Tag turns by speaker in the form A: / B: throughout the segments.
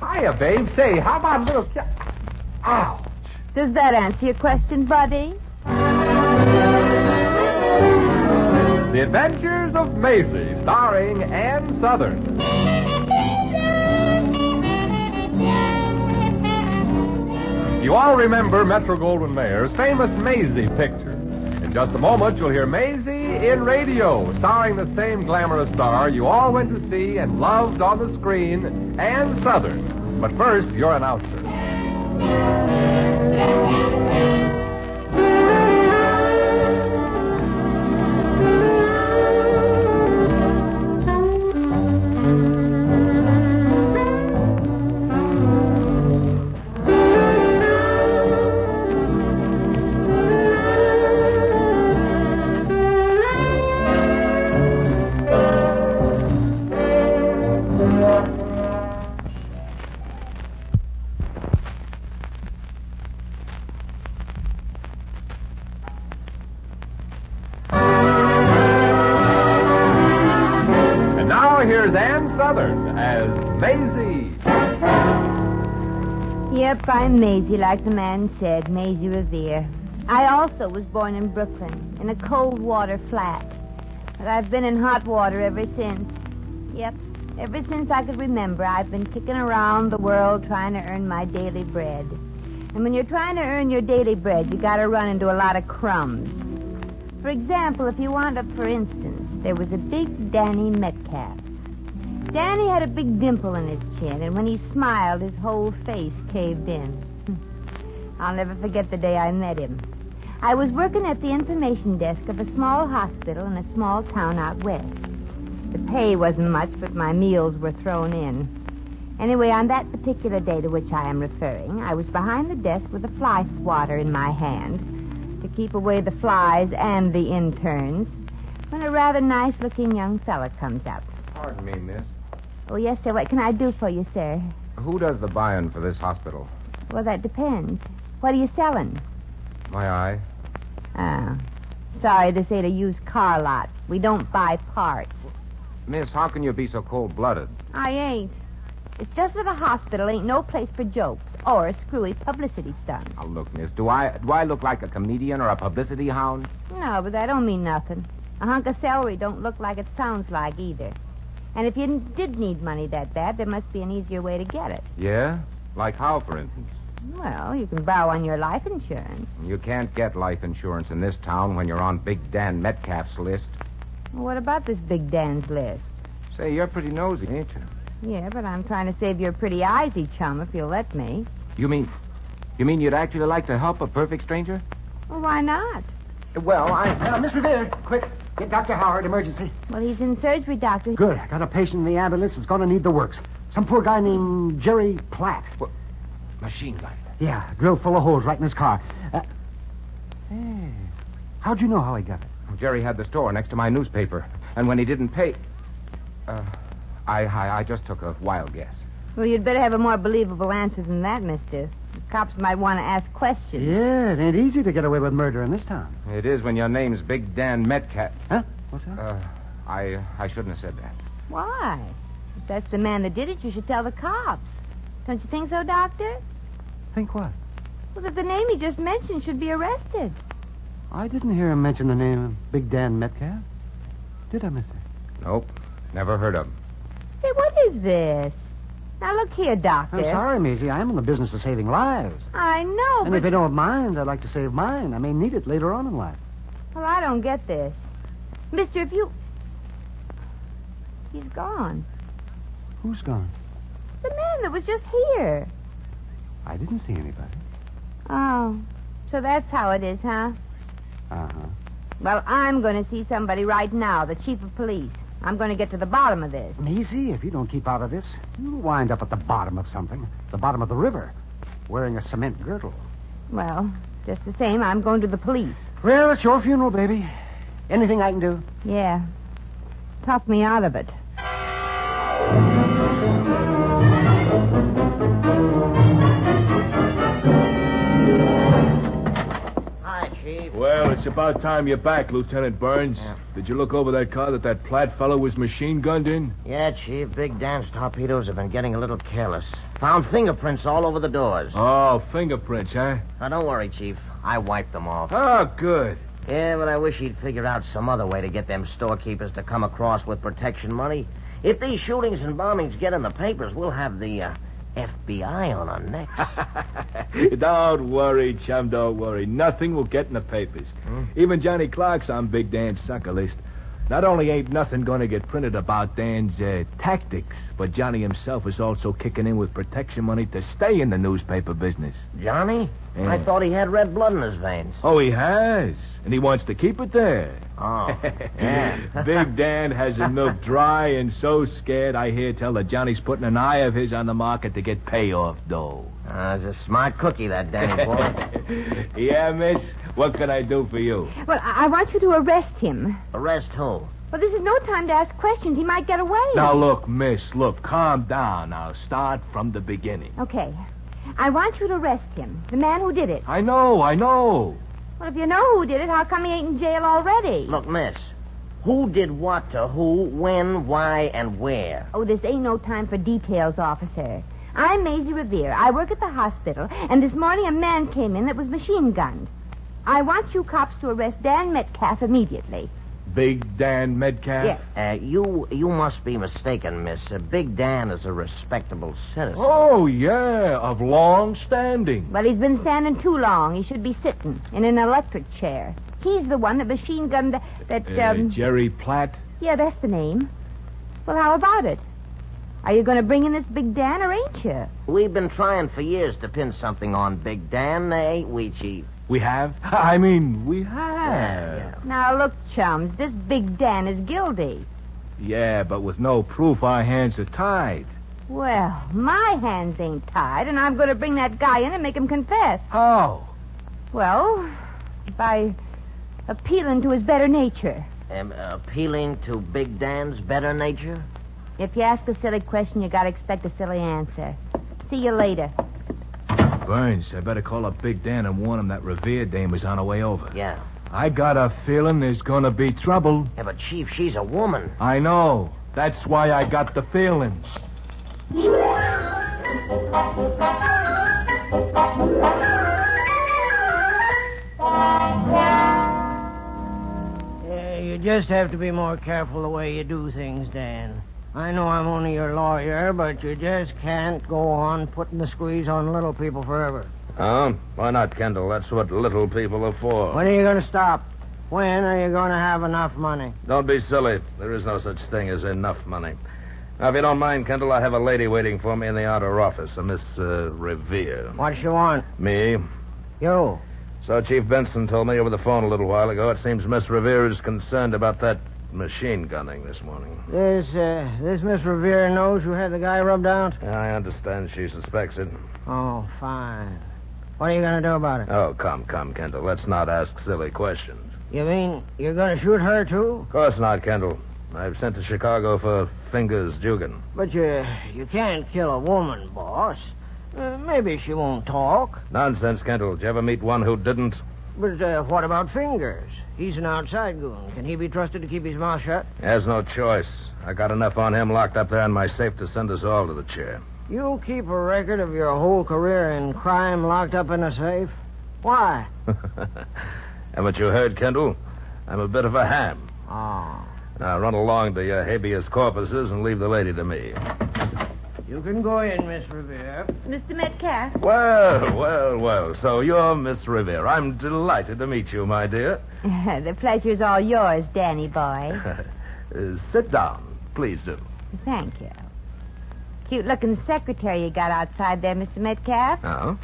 A: Hiya, babe. Say, how about a little... ca- Ouch.
B: Does that answer your question, Buddy?
A: The Adventures of Maisie, starring Ann Southern. You all remember Metro Goldwyn Mayer's famous Maisie picture. In just a moment, you'll hear Maisie in radio, starring the same glamorous star you all went to see and loved on the screen, Ann Southern. But first, your announcer. And now here's Ann Southern as Maisie.
B: Yep, I'm Maisie, like the man said, Maisie Revere. I also was born in Brooklyn, in a cold water flat. But I've been in hot water ever since. Yep, ever since I could remember, I've been kicking around the world trying to earn my daily bread. And when you're trying to earn your daily bread, you gotta run into a lot of crumbs. For example, if you wound up, for instance, there was a big Danny Metcalf. Danny had a big dimple in his chin, and when he smiled, his whole face caved in. I'll never forget the day I met him. I was working at the information desk of a small hospital in a small town out west. The pay wasn't much, but my meals were thrown in. Anyway, on that particular day to which I am referring, I was behind the desk with a fly swatter in my hand to keep away the flies and the interns when a rather nice looking young fella comes up.
C: Pardon me, miss.
B: Oh, yes, sir. What can I do for you, sir?
C: Who does the buying for this hospital?
B: Well, that depends. What are you selling?
C: My eye.
D: Ah.
B: Oh. Sorry, this ain't a used car lot. We don't buy parts.
C: Miss, how can you be so cold blooded?
B: I ain't. It's just that a hospital ain't no place for jokes or screwy publicity stunts.
C: Now Oh, look, miss, do I do I look like a comedian or a publicity hound?
B: No, but that don't mean nothing. A hunk of celery don't look like it sounds like either. And if you n- did need money that bad, there must be an easier way to get it.
C: Yeah? Like how, for instance?
B: Well, you can borrow on your life insurance.
C: You can't get life insurance in this town when you're on Big Dan Metcalf's list.
B: What about this Big Dan's list?
C: Say, you're pretty nosy, ain't you?
B: Yeah, but I'm trying to save your pretty eyesy chum if you'll let me.
C: You mean you mean you'd actually like to help a perfect stranger?
B: Well, why not?
D: Well, I. Uh, Miss Revere, quick. Get Dr. Howard, emergency.
B: Well, he's in surgery, Doctor.
D: Good. I got a patient in the ambulance that's going to need the works. Some poor guy named Jerry Platt.
C: Machine gun.
D: Yeah, drill full of holes right in his car. Uh, hey, how'd you know how he got it?
C: Jerry had the store next to my newspaper, and when he didn't pay, uh, I, I I just took a wild guess.
B: Well, you'd better have a more believable answer than that, mister. The cops might want to ask questions.
D: Yeah, it ain't easy to get away with murder in this town.
C: It is when your name's Big Dan Metcalf.
D: Huh? What's that?
C: Uh, I I shouldn't have said that.
B: Why? If that's the man that did it, you should tell the cops. Don't you think so, Doctor?
D: Think what?
B: Well, that the name he just mentioned should be arrested.
D: I didn't hear him mention the name of Big Dan Metcalf. Did I, Mister?
C: Nope, never heard of him.
B: Say, what is this? Now, look here, Doctor.
D: I'm sorry, Maisie. I'm in the business of saving lives.
B: I know,
D: and
B: Oh, but...
D: if you don't mind, I'd like to save mine. I may need it later on in life.
B: Well, I don't get this. Mister, if you... He's gone.
D: Who's gone?
B: The man that was just here.
D: I didn't see anybody.
B: Oh, so that's how it is, huh?
D: Uh huh.
B: Well, I'm going to see somebody right now, the chief of police. I'm going to get to the bottom of this.
D: Maisie, if you don't keep out of this, you'll wind up at the bottom of something, the bottom of the river, wearing a cement girdle.
B: Well, just the same, I'm going to the police.
D: Well, it's your funeral, baby. Anything I can do?
B: Yeah. Talk me out of it.
E: Hi, Chief. Well, it's about time you're back, Lieutenant Burns. Did you look over that car that that Platt fellow was machine gunned in?
F: Yeah, Chief, Big Dan's torpedoes have been getting a little careless. Found fingerprints all over the doors.
E: Oh, fingerprints, huh?
F: Now, don't worry, Chief. I wiped them off.
E: Oh, good.
F: Yeah, but I wish he'd figure out some other way to get them storekeepers to come across with protection money. If these shootings and bombings get in the papers, we'll have the uh, FBI on our necks.
E: don't worry, chum, don't worry. Nothing will get in the papers. Even Johnny Clark's on Big Dan's sucker list. Not only ain't nothing going to get printed about Dan's uh, tactics, but Johnny himself is also kicking in with protection money to stay in the newspaper business.
F: Johnny? I
E: Yeah.
F: thought he had red blood in his veins.
E: Oh, he has, and he wants to keep it there.
F: Oh, yeah.
E: Big Dan has him milk dry and so scared, I hear tell that Johnny's putting an eye of his on the market to get payoff dough.
F: Uh, he's a smart cookie, that Danny boy.
E: yeah, miss, what can I do for you?
B: Well, I, I want you to arrest him.
F: Arrest who?
B: Well, this is no time to ask questions. He might get away.
E: Now, look, miss, look, calm down now. Start from the beginning.
B: Okay. I want you to arrest him, the man who did it.
E: I know, I know.
B: Well, if you know who did it, how come he ain't in jail already?
F: Look, miss. Who did what to who, when, why, and where?
B: Oh, this ain't no time for details, officer. I'm Maisie Revere. I work at the hospital, and this morning a man came in that was machine gunned. I want you cops to arrest Dan Metcalf immediately.
E: Big Dan Medcalf?
B: Yes.
F: Uh, you you must be mistaken, miss. Uh, Big Dan is a respectable citizen.
E: Oh, yeah, of long standing.
B: Well, he's been standing too long. He should be sitting in an electric chair. He's the one that machine gunned the, that. um,
E: Uh, Jerry Platt?
B: yeah, that's the name. Well, how about it? Are you going to bring in this big Dan, or ain't you?
F: We've been trying for years to pin something on Big Dan, ain't we, Chief?
E: We have? I mean, we have.
B: Now look, chums, this big Dan is guilty.
E: Yeah, but with no proof, our hands are tied.
B: Well, my hands ain't tied, and I'm going to bring that guy in and make him confess.
E: How?
B: Well, by appealing to his better nature.
F: Am- appealing to Big Dan's better nature?
B: If you ask a silly question, you got to expect a silly answer. See you later.
E: Burns, I better call up Big Dan and warn him that Revere Dame is on her way over.
F: Yeah.
E: I got a feeling there's gonna be trouble.
F: Yeah, but Chief, she's a woman.
E: I know. That's why I got the feeling.
G: Yeah, you just have to be more careful the way you do things, Dan. I know I'm only your lawyer, but you just can't go on putting the squeeze on little people forever.
C: Oh? Why not, Kendall? That's what little people are for.
G: When are you going to stop? When are you going to have enough money?
C: Don't be silly. There is no such thing as enough money. Now, if you don't mind, Kendall, I have a lady waiting for me in the outer office, a Miss uh, Revere.
G: What you want?
C: Me.
G: You.
C: So Chief Benson told me over the phone a little while ago. It seems Miss Revere is concerned about that machine gunning this morning.
G: This, uh, this Miss Revere knows you had the guy rubbed out?
C: I understand she suspects it.
G: Oh, fine. What are you going to do about it?
C: Oh, come, come, Kendall. Let's not ask silly questions.
G: You mean you're going to shoot her, too?
C: Of course not, Kendall. I've sent to Chicago for Fingers Dugan.
G: But you, you can't kill a woman, boss. Uh, maybe she won't talk.
C: Nonsense, Kendall. Did you ever meet one who didn't?
G: But uh, what about Fingers? He's an outside goon. Can he be trusted to keep his mouth shut?
C: He has no choice. I got enough on him locked up there in my safe to send us all to the chair.
G: You keep a record of your whole career in crime locked up in a safe? Why?
C: Haven't you heard, Kendall? I'm a bit of a ham.
G: Oh.
C: Now run along to your habeas corpuses and leave the lady to me.
G: You can go in, Miss Revere.
B: Mr. Metcalf?
C: Well, well, well. So you're Miss Revere. I'm delighted to meet you, my dear.
B: the pleasure's all yours, Danny boy.
C: Uh, sit down, please do.
B: Thank you. Cute looking secretary you got outside there, Mr. Metcalf.
C: Oh?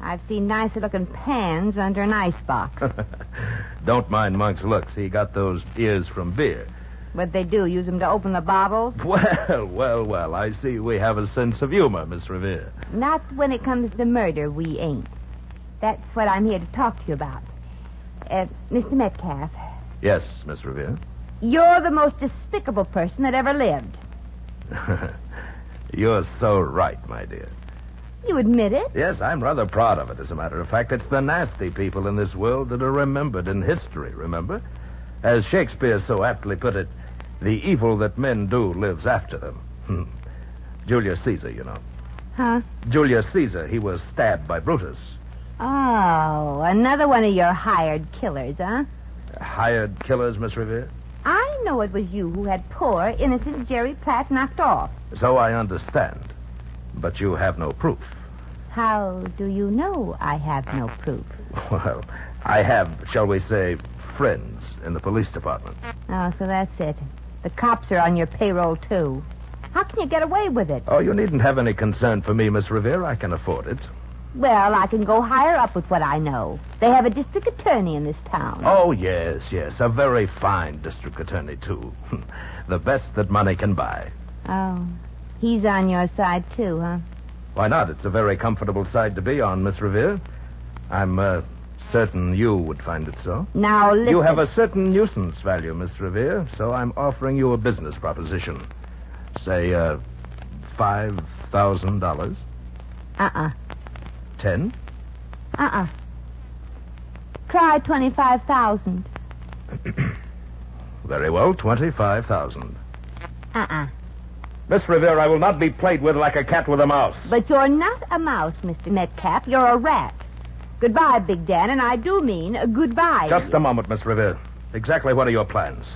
B: I've seen nicer looking pans under an icebox.
C: Don't mind Monk's looks. He got those ears from beer.
B: what they do, use 'em to open the bottles?
C: Well, well, well. I see we have a sense of humor, Miss Revere.
B: Not when it comes to murder, we ain't. That's what I'm here to talk to you about. Uh, Mr. Metcalf,
C: Yes, Miss Revere.
B: you're the most despicable person that ever lived.
C: You're so right, my dear.
B: You admit it?
C: Yes, I'm rather proud of it, as a matter of fact. It's the nasty people in this world that are remembered in history, remember? As Shakespeare so aptly put it, the evil that men do lives after them. Hmm. Julius Caesar, you know.
B: Huh?
C: Julius Caesar, he was stabbed by Brutus.
B: Oh, another one of your hired killers, huh?
C: Hired killers, Miss Revere?
B: I know it was you who had poor, innocent Jerry Platt knocked off.
C: So I understand. But you have no proof.
B: How do you know I have no proof?
C: Well, I have, shall we say, friends in the police department.
B: Oh, so that's it. The cops are on your payroll, too. How can you get away with it?
C: Oh, you needn't have any concern for me, Miss Revere. I can afford it.
B: Well, I can go higher up with what I know. They have a district attorney in this town.
C: Oh, yes, yes. A very fine district attorney, too. the best that money can buy.
B: Oh, he's on your side, too, huh?
C: Why not? It's a very comfortable side to be on, Miss Revere. I'm uh, certain you would find it so.
B: Now, listen.
C: You have a certain nuisance value, Miss Revere, so I'm offering you a business proposition. Say, uh, five thousand dollars,
B: Uh-uh.
C: ten.
B: Uh-uh. Try 25,000.
C: Very well, twenty-five thousand.
B: Uh-uh.
C: Miss Revere, I will not be played with like a cat with a mouse.
B: But you're not a mouse, Mr. Metcalf. You're a rat. Goodbye, Big Dan, and I do mean uh, goodbye.
C: Just a moment, Miss Revere. Exactly what are your plans?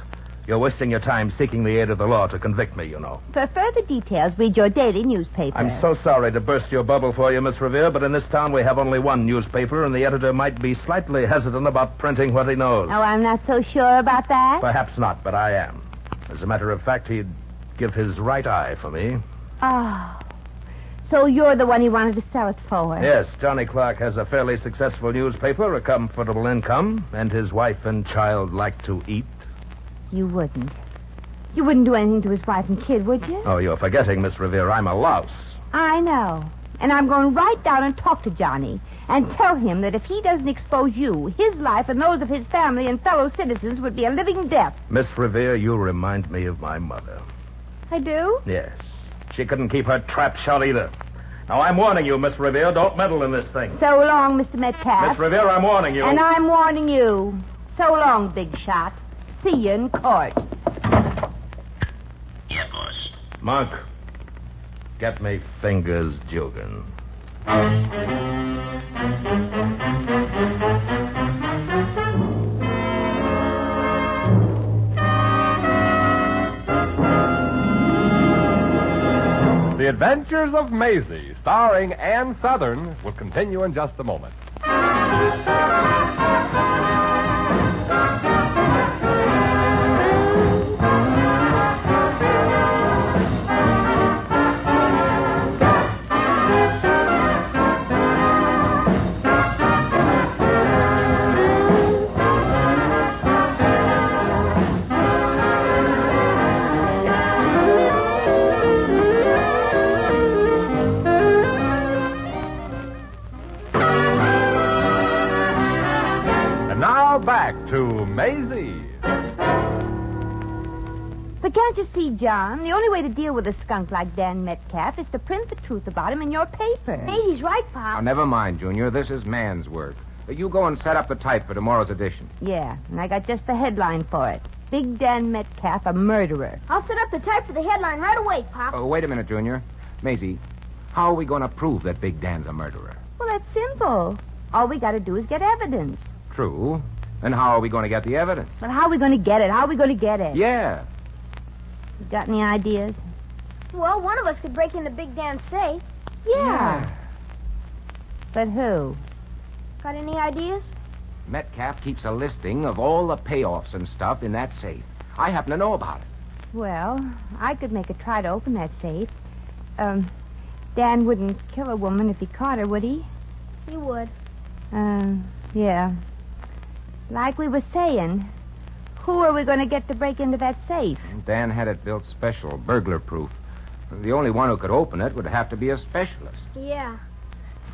C: You're wasting your time seeking the aid of the law to convict me, you know.
B: For further details, read your daily newspaper.
C: I'm so sorry to burst your bubble for you, Miss Revere, but in this town we have only one newspaper, and the editor might be slightly hesitant about printing what he knows.
B: Oh, I'm not so sure about that.
C: Perhaps not, but I am. As a matter of fact, he'd give his right eye for me.
B: Oh. So you're the one he wanted to sell it for.
C: Yes, Johnny Clark has a fairly successful newspaper, a comfortable income, and his wife and child like to eat.
B: You wouldn't. You wouldn't do anything to his wife and kid, would you?
C: Oh, you're forgetting, Miss Revere. I'm a louse.
B: I know. And I'm going right down and talk to Johnny and tell him that if he doesn't expose you, his life and those of his family and fellow citizens would be a living death.
C: Miss Revere, you remind me of my mother.
B: I do?
C: Yes. She couldn't keep her trap shut either. Now, I'm warning you, Miss Revere, don't meddle in this thing.
B: So long, Mr. Metcalf.
C: Miss Revere, I'm warning you.
B: And I'm warning you. So long, big shot. See you in court.
F: Yeah, boss.
C: Monk, get me fingers, Jugan.
A: The Adventures of Maisie, starring Ann Southern, will continue in just a moment. And now back to Maisie.
B: But can't you see, John? The only way to deal with a skunk like Dan Metcalf is to print the truth about him in your paper.
H: Maisie's right, Pop.
I: Now, never mind, Junior. This is man's work. You go and set up the type for tomorrow's edition.
B: Yeah, and I got just the headline for it. Big Dan Metcalf, a murderer.
H: I'll set up the type for the headline right away, Pop.
I: Oh, wait a minute, Junior. Maisie, how are we going to prove that Big Dan's a murderer?
B: Well, that's simple. All we got to do is get evidence.
I: True. Then how are we going to get the evidence?
B: But how are we going to get it? How are we going to get it?
I: Yeah.
B: You got any ideas?
H: Well, one of us could break into Big Dan's safe.
B: But who?
H: Got any ideas?
I: Metcalf keeps a listing of all the payoffs and stuff in that safe. I happen to know about it.
B: Well, I could make a try to open that safe. Um, Dan wouldn't kill a woman if he caught her, would he?
H: He would.
B: Uh, yeah. Like we were saying, who are we going to get to break into that safe?
I: Dan had it built special, burglar proof. The only one who could open it would have to be a specialist.
H: Yeah.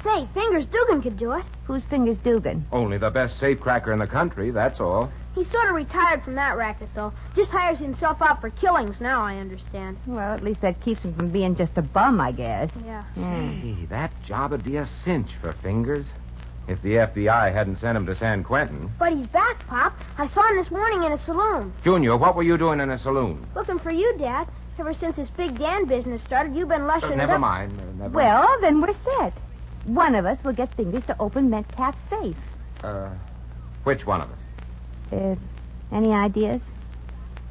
H: Say, Fingers Dugan could do it.
B: Whose fingers Dugan?
I: Only the best safecracker in the country, that's all.
H: He's sort of retired from that racket, though. Just hires himself out for killings now, I understand.
B: Well, at least that keeps him from being just a bum, I guess. Hmm.
H: Yeah.
B: Yeah.
I: Gee, that job would be a cinch for Fingers. If the FBI hadn't sent him to San Quentin.
H: But he's back, Pop. I saw him this morning in a saloon.
I: Junior, what were you doing in a saloon?
H: Looking for you, Dad. Ever since this Big Dan business started, you've been lushing
I: Uh,
H: it
I: never
H: up.
I: mind. uh, never
B: Well, then we're set. One of us will get fingers to open Metcalf's safe.
I: Uh, which one of us?
B: Uh, any ideas?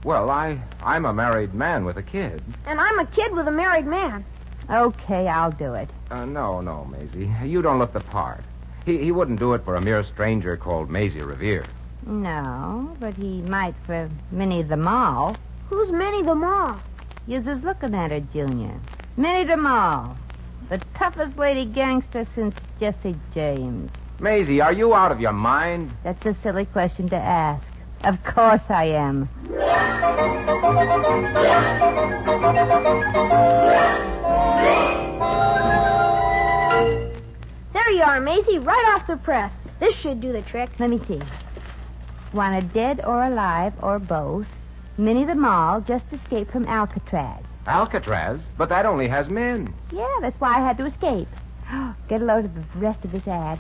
I: Well, I, I'm a married man with a kid.
H: And I'm a kid with a married man.
B: Okay, I'll do it.
I: Uh, no, no, Maisie. You don't look the part. He, he wouldn't do it for a mere stranger called Maisie Revere.
B: No, but he might for Minnie the Mall.
H: Who's Minnie the Mall?
B: Yous is looking at her, Junior. Minnie the Mall. The toughest lady gangster since Jesse James.
I: Maisie, are you out of your mind?
B: That's a silly question to ask. Of course I am.
H: There you are, Maisie, right off the press. This should do the trick.
B: Let me see. Wanted dead or alive or both. Minnie the Mall just escaped from Alcatraz.
I: Alcatraz? But that only has men.
B: Yeah, that's why I had to escape. Get a load of the rest of this ad.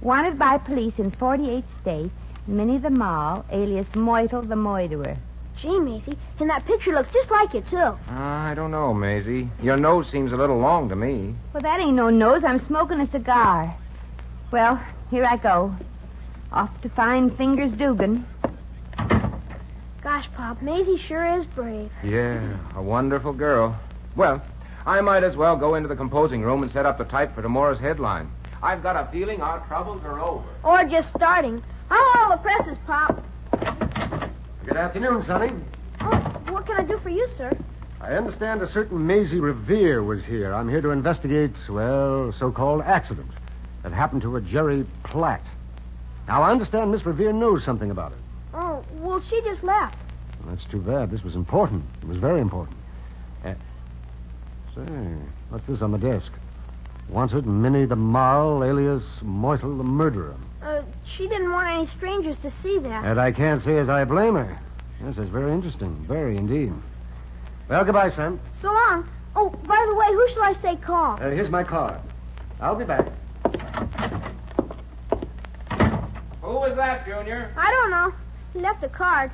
B: Wanted by police in 48 states, Minnie the Mall, alias Moitle the Moiterer.
H: Gee, Maisie, and that picture looks just like you, too.
I: Uh, I don't know, Maisie. Your nose seems a little long to me.
B: Well, that ain't no nose. I'm smoking a cigar. Well, here I go. Off to find Fingers Dugan.
H: Gosh, Pop, Maisie sure is brave.
I: Yeah, a wonderful girl. Well, I might as well go into the composing room and set up the type for tomorrow's headline. I've got a feeling our troubles are over.
H: Or just starting. I'm all the presses, Pop.
A: Good afternoon, Sonny.
H: Oh, what can I do for you, sir?
D: I understand a certain Maisie Revere was here. I'm here to investigate, well, so-called accident that happened to a Jerry Platt. Now, I understand Miss Revere knows something about it.
H: Oh, well, she just left.
D: Well, That's too bad. This was important. It was very important. Uh, say, what's this on the desk? Wanted Minnie the Marl, alias Moitle the Murderer.
H: Uh, she didn't want any strangers to see that.
D: And I can't say as I blame her. Yes, it's very interesting. Very indeed. Well, goodbye, son.
H: So long. Oh, by the way, who shall I say call?
D: Uh, here's my card. I'll be back.
I: Who was that, Junior?
H: I don't know. He left a card.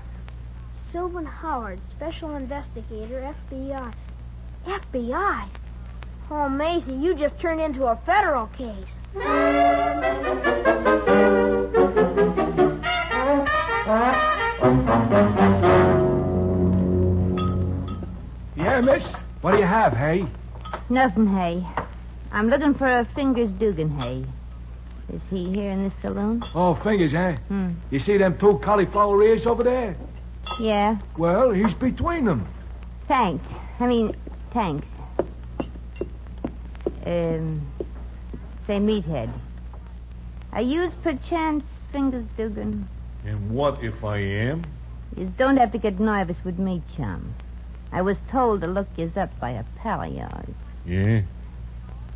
H: Sylvan Howard, Special Investigator, FBI. FBI? Oh, Maisie, you just turned into a federal case.
E: Yeah, miss? What do you have, hey?
B: Nothing, Hay. I'm looking for a Fingers Dugan, Hay. Is he here in this saloon?
E: Oh, fingers, eh?
B: Hmm.
E: You see them two cauliflower ears over there?
B: Yeah.
E: Well, he's between them.
B: Thanks. I mean, thanks. Um, say, Meathead. I use perchance Fingers Dugan.
J: And what if I am?
B: You don't have to get nervous with me, chum. I was told to look yous up by a pal of yours.
J: Yeah.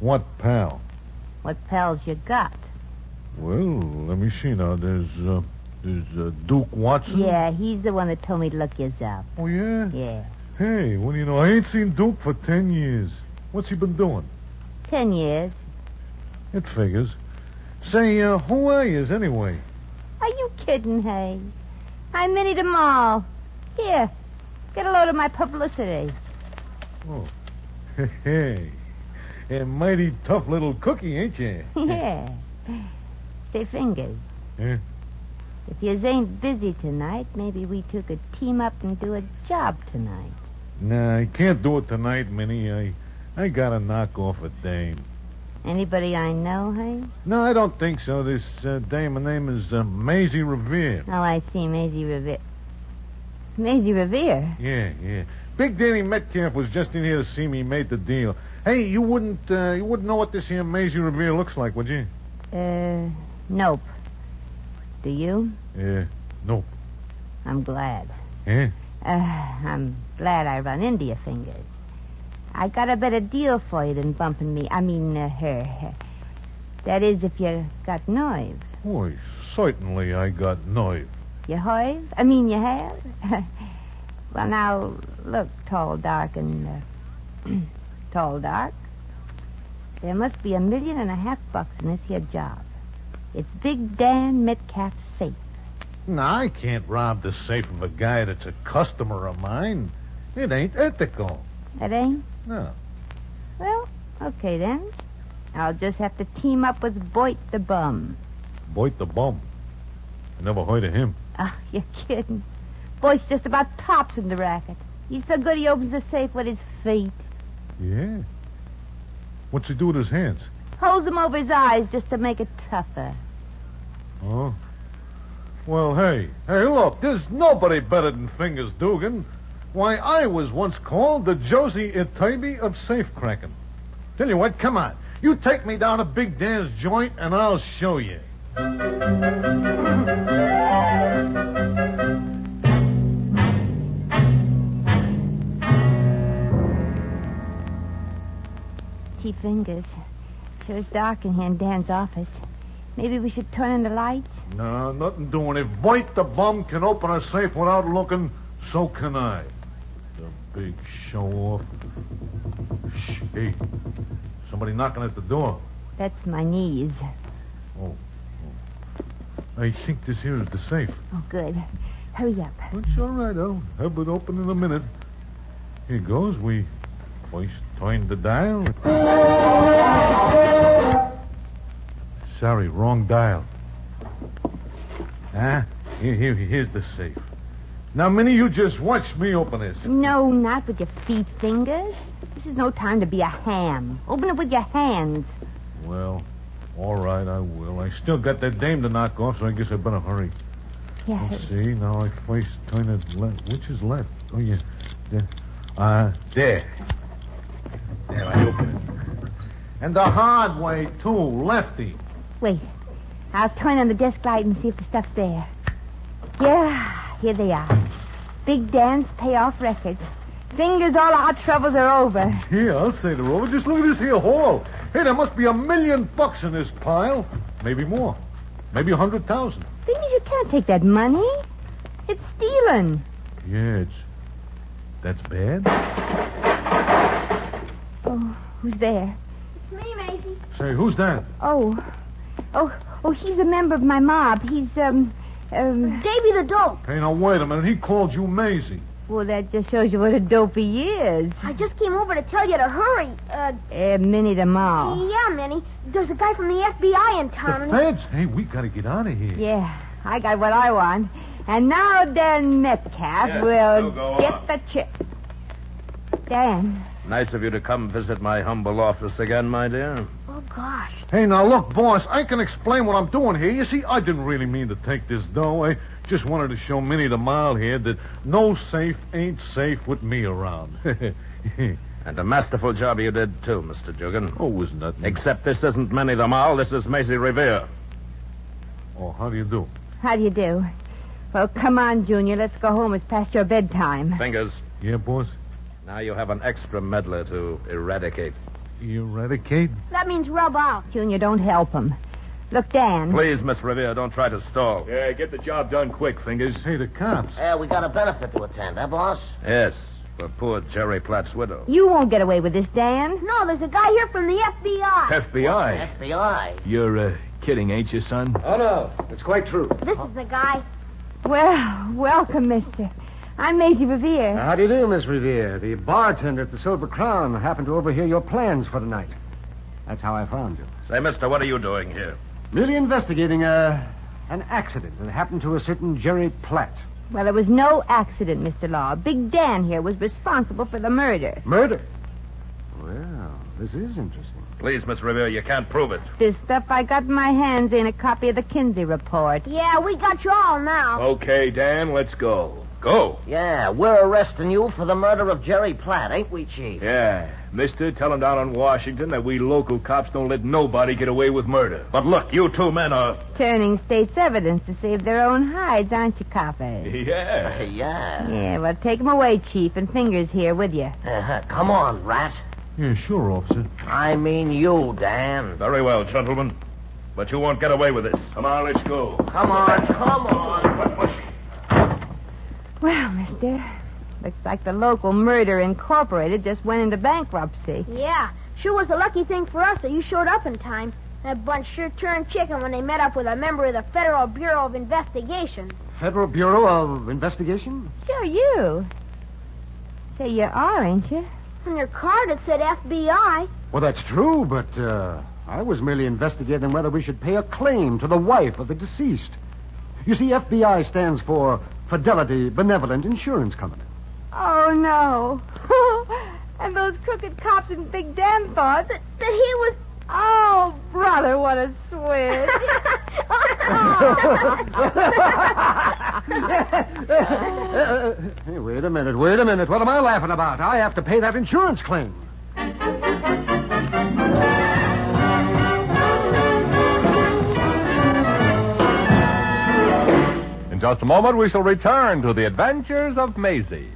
J: What pal?
B: What pals you got?
J: Well, let me see now. There's uh, there's uh, Duke Watson.
B: Yeah, he's the one that told me to look yous up.
J: Oh yeah.
B: Yeah.
J: Hey, what do you know? I ain't seen Duke for ten years. What's he been doing?
B: Ten years.
J: It figures. Say, uh, who are yous anyway?
B: Are you kidding, hey? I'm Minnie DeMall. Here, get a load of my publicity.
J: Oh, hey, a mighty tough little cookie, ain't you?
B: yeah. Say, Fingers,
J: Yeah.
B: if yous ain't busy tonight, maybe we two could team up and do a job tonight.
J: Nah, I can't do it tonight, Minnie. I I gotta knock off a dame.
B: Anybody I know, hey?
J: No, I don't think so. This uh, dame, her name is uh, Maisie Revere.
B: Oh, I see. Maisie Revere. Maisie Revere?
J: Yeah, yeah. Big Danny Metcalf was just in here to see me made the deal. Hey, you wouldn't uh, you wouldn't know what this here Maisie Revere looks like, would you?
B: Uh, nope. Do you?
J: Yeah. Nope. Eh?
B: I'm glad.
J: Yeah.
B: Uh, I'm glad I run into your fingers. I got a better deal for you than bumping me. I mean, uh, her. That is, if you got nerve.
J: Why, certainly I got nerve.
B: You have? I mean, you have? well, now, look, tall, dark, and. Uh, tall, dark. There must be a million and a half bucks in this here job. It's Big Dan Metcalf's safe.
J: No, I can't rob the safe of a guy that's a customer of mine. It ain't ethical.
B: It ain't?
J: No.
B: Well, okay then. I'll just have to team up with Boyd the Bum.
J: Boyd the bum. I never heard of him.
B: Oh, you're kidding. Boyd's just about tops in the racket. He's so good he opens the safe with his feet.
J: Yeah. What's he do with his hands?
B: Holds them over his eyes just to make it tougher.
J: Oh. Well, hey, hey, look, there's nobody better than Fingers Dugan. Why, I was once called the Josie Itaby of safecracking. Tell you what, come on. You take me down to Big Dan's joint, and I'll show you.
B: Gee, fingers. Sure it's dark in here in Dan's office. Maybe we should turn on the lights.
J: No, nothing doing. If Voight the bum can open a safe without looking, so can I. The big show off. Hey, somebody knocking at the door.
B: That's my knees.
J: Oh. I think this here is the safe.
B: Oh, good. Hurry up.
J: It's all right. I'll have it open in a minute. Here goes. We first turn the dial. Sorry, wrong dial. Ah, here, here, here's the safe. Now, Minnie, you just watch me open this.
B: No, not with your feet fingers. This is no time to be a ham. Open it with your hands.
J: Well, all right, I will. I still got that dame to knock off, so I guess I better hurry.
B: Yeah.
J: Let's see. Now I first turn it left. Which is left? Oh, yeah. There. Uh, there. There, I open it. And the hard way, too. Lefty.
B: Wait. I'll turn on the desk light and see if the stuff's there. Yeah, here they are. Big Dan's payoff records. Fingers, all our troubles are over.
J: Here, I'll say the rover. Just look at this here haul. Hey, there must be a million bucks in this pile. Maybe more. Maybe a hundred thousand.
B: Fingers, you can't take that money. It's stealing.
J: Yeah, it's. That's bad.
B: Oh, who's there?
H: It's me, Maisie.
J: Say, who's that?
B: Oh, oh, oh, he's a member of my mob. He's, um, um,
H: Davy the dope.
J: Hey, now wait a minute. He called you Maisie.
B: well, that just shows you what a dope he is. Eh,
H: I just came over to tell you to hurry. Uh,
B: A minute a mile.
H: yeah, Minnie. There's a guy from the FBI in town.
J: The
H: and he-
J: feds. Hey, we gotta get out of here.
B: Yeah, I got what I want. And now Dan Metcalf
C: Yes,
B: will
C: you go
B: get
C: on.
B: the chip. Dan,
C: Nice of you to come visit my humble office again, my dear.
H: Oh, gosh.
J: Hey, now look, boss. I can explain what I'm doing here. You see, I didn't really mean to take this dough. I just wanted to show Minnie the mile here that no safe ain't safe with me around.
C: And a masterful job you did, too, Mr. Dugan.
J: oh, was nothing.
C: Except this isn't Minnie the Mall, this is Maisie Revere.
J: Oh, how do you do?
B: how do you do? Well, come on, Junior. Let's go home. It's past your bedtime.
C: Fingers,
J: Yeah, boss.
C: now you have an extra meddler to eradicate.
J: Eradicate?
H: That means rub out.
B: Junior, don't help him. Look, Dan.
C: Please, Miss Revere, don't try to stall.
E: Yeah, get the job done quick, Fingers.
J: Hey, the cops.
F: Uh, we got a benefit to attend, huh, boss?
C: Yes, for poor Jerry Platt's widow.
B: You won't get away with this, Dan.
H: No, there's a guy here from the FBI.
E: FBI.
F: FBI.
E: You're uh, kidding, ain't you, son?
I: Oh, no. It's quite true.
H: This is the guy.
B: Well, welcome, mister. I'm Maisie Revere.
D: How do you do, Miss Revere? The bartender at the Silver Crown happened to overhear your plans for tonight. That's how I found you.
C: Say, mister, what are you doing here?
D: Merely investigating a, an accident that happened to a certain Jerry Platt.
B: Well, it was no accident, Mr. Law. Big Dan here was responsible for the murder.
D: Murder. Well, this is interesting.
C: Please, Miss Revere, you can't prove it.
B: This stuff I got in my hands ain't a copy of the Kinsey report.
H: Yeah, we got you all now.
E: Okay, Dan, let's go.
C: Go.
F: Yeah, we're arresting you for the murder of Jerry Platt, ain't we, Chief?
E: Yeah. Mister, tell him down in Washington that we local cops don't let nobody get away with murder.
C: But look, you two men are.
B: Turning state's evidence to save their own hides, aren't you, copper?
E: Yeah.
F: Yeah.
B: Yeah, well, take 'em away, Chief, and Fingers here with you.
F: Uh-huh. Come on, rat.
J: Yeah, sure, officer.
F: I mean you, Dan.
C: Very well, gentlemen. But you won't get away with this.
E: Come on, let's go.
F: Come on, come on.
B: Well, mister, looks like the local murder incorporated just went into bankruptcy.
H: Yeah, sure was a lucky thing for us that you showed up in time. That bunch sure turned chicken when they met up with a member of the Federal Bureau of Investigation.
D: Federal Bureau of Investigation?
B: Sure, you. Say, you are, ain't you?
H: On your card it said FBI.
D: Well, that's true, but uh, I was merely investigating whether we should pay a claim to the wife of the deceased. You see, FBI stands for Fidelity Benevolent Insurance Company.
B: Oh, no. and those crooked cops in Big Dan thought that, that he was. Oh, brother, what a switch.
D: Hey, wait a minute, wait a minute. What am I laughing about? I have to pay that insurance claim.
A: In just a moment, we shall return to the adventures of Maisie.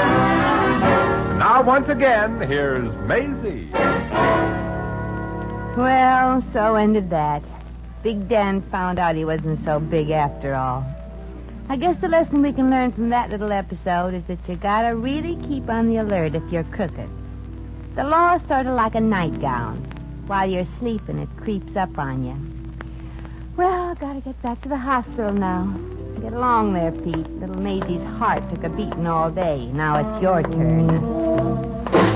A: And now, once again, here's Maisie.
B: Well, so ended that. Big Dan found out he wasn't so big after all. I guess the lesson we can learn from that little episode is that you gotta really keep on the alert if you're crooked. The law's sort of like a nightgown. While you're sleeping, it creeps up on you. Well, gotta get back to the hospital now. Get along there, Pete. Little Maisie's heart took a beating all day. Now it's your turn.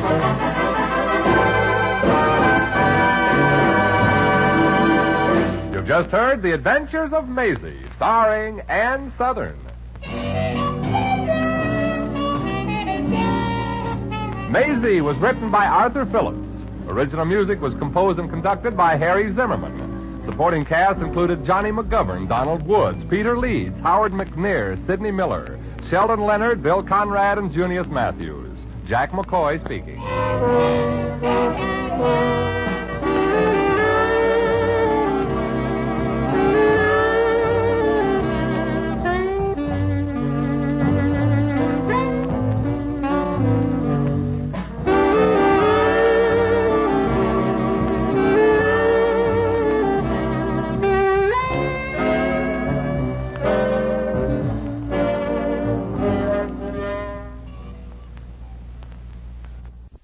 A: You've just heard The Adventures of Maisie, starring Ann Southern. Maisie was written by Arthur Phillips. Original music was composed and conducted by Harry Zimmerman. Supporting cast included Johnny McGovern, Donald Woods, Peter Leeds, Howard McNair, Sidney Miller, Sheldon Leonard, Bill Conrad, and Junius Matthews. Jack McCoy speaking.